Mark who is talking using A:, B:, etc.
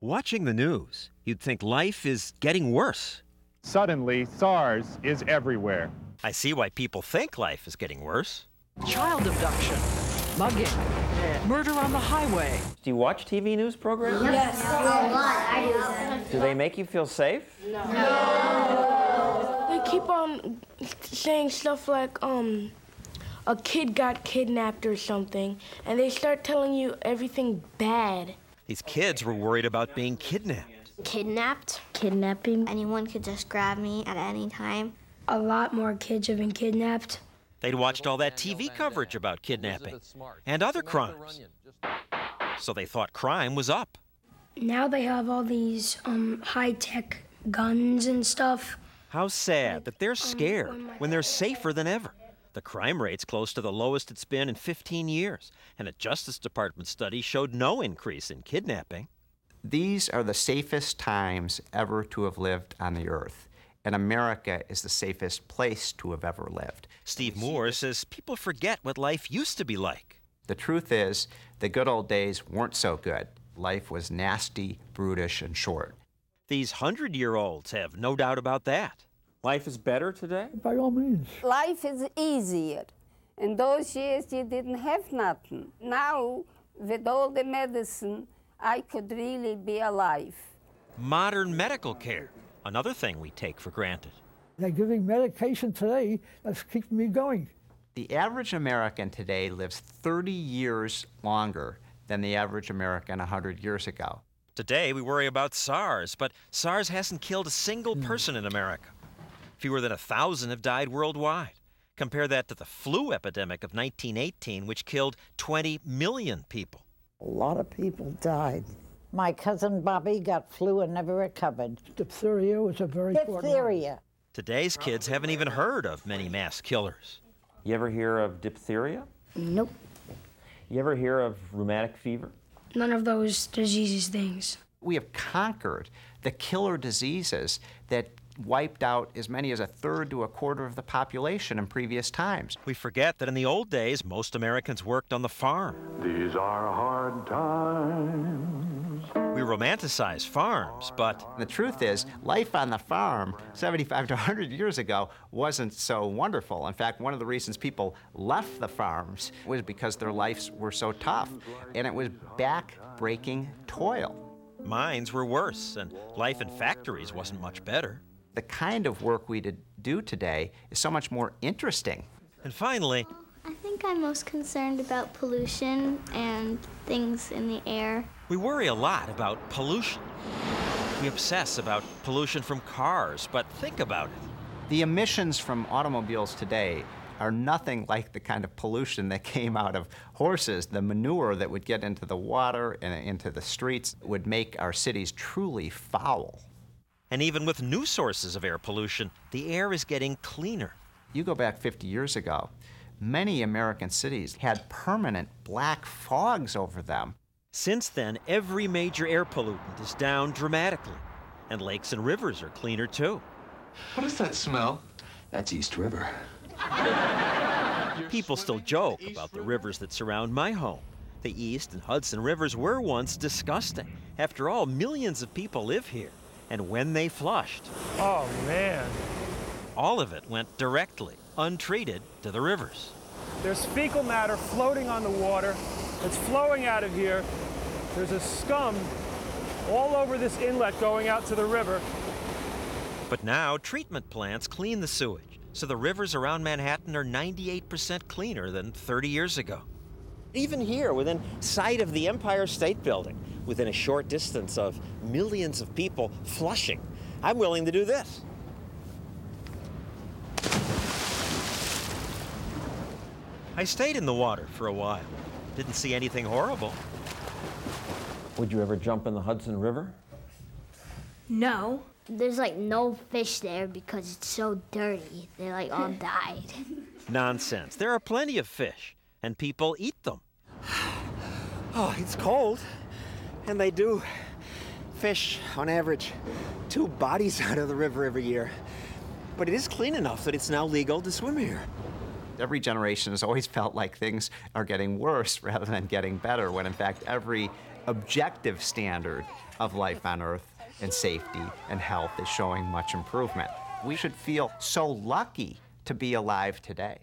A: Watching the news, you'd think life is getting worse.
B: Suddenly, SARS is everywhere.
A: I see why people think life is getting worse.
C: Child abduction, mugging, murder on the highway.
D: Do you watch TV news programs?
E: Yes, a lot. I do that.
D: Do they make you feel safe?
F: They keep on saying stuff like, um, a kid got kidnapped or something, and they start telling you everything bad.
A: These kids were worried about being kidnapped.
E: Kidnapped.
G: Kidnapping.
E: Anyone could just grab me at any time.
G: A lot more kids have been kidnapped.
A: They'd watched all that TV coverage about kidnapping and other crimes. So they thought crime was up.
G: Now they have all these um, high tech guns and stuff.
A: How sad that they're scared when they're safer than ever. The crime rate's close to the lowest it's been in 15 years, and a Justice Department study showed no increase in kidnapping.
H: These are the safest times ever to have lived on the earth, and America is the safest place to have ever lived.
A: Steve Moore says people forget what life used to be like.
H: The truth is, the good old days weren't so good. Life was nasty, brutish, and short.
A: These 100 year olds have no doubt about that.
D: Life is better today?
I: By all means.
J: Life is easier. In those years, you didn't have nothing. Now, with all the medicine, I could really be alive.
A: Modern medical care, another thing we take for granted.
I: They're giving medication today that's keeping me going.
H: The average American today lives 30 years longer than the average American 100 years ago.
A: Today, we worry about SARS, but SARS hasn't killed a single person in America. Fewer than a thousand have died worldwide. Compare that to the flu epidemic of 1918, which killed 20 million people.
K: A lot of people died.
L: My cousin Bobby got flu and never recovered.
I: Diphtheria was a very
L: Diphtheria.
A: Today's kids haven't even heard of many mass killers.
D: You ever hear of diphtheria?
G: Nope.
D: You ever hear of rheumatic fever?
G: None of those diseases things.
H: We have conquered the killer diseases that wiped out as many as a third to a quarter of the population in previous times.
A: We forget that in the old days, most Americans worked on the farm.
M: These are hard times.
A: We romanticize farms, but.
H: The truth is, life on the farm 75 to 100 years ago wasn't so wonderful. In fact, one of the reasons people left the farms was because their lives were so tough, and it was back-breaking toil.
A: Mines were worse, and life in factories wasn't much better
H: the kind of work we do today is so much more interesting.
A: And finally,
E: I think I'm most concerned about pollution and things in the air.
A: We worry a lot about pollution. We obsess about pollution from cars, but think about it.
H: The emissions from automobiles today are nothing like the kind of pollution that came out of horses. The manure that would get into the water and into the streets would make our cities truly foul.
A: And even with new sources of air pollution, the air is getting cleaner.
H: You go back 50 years ago, many American cities had permanent black fogs over them.
A: Since then, every major air pollutant is down dramatically, and lakes and rivers are cleaner too.
N: What is that smell? That's East River.
A: People still joke about the rivers that surround my home. The East and Hudson rivers were once disgusting. After all, millions of people live here and when they flushed.
I: Oh, man.
A: All of it went directly, untreated, to the rivers.
I: There's fecal matter floating on the water. It's flowing out of here. There's a scum all over this inlet going out to the river.
A: But now treatment plants clean the sewage, so the rivers around Manhattan are 98% cleaner than 30 years ago. Even here, within sight of the Empire State Building, within a short distance of millions of people flushing, I'm willing to do this. I stayed in the water for a while. Didn't see anything horrible.
D: Would you ever jump in the Hudson River?
G: No.
E: There's like no fish there because it's so dirty. They like all died.
A: Nonsense. There are plenty of fish and people eat them.
O: Oh, it's cold, and they do fish, on average, two bodies out of the river every year. But it is clean enough that it's now legal to swim here.
H: Every generation has always felt like things are getting worse rather than getting better, when in fact, every objective standard of life on Earth and safety and health is showing much improvement. We should feel so lucky to be alive today.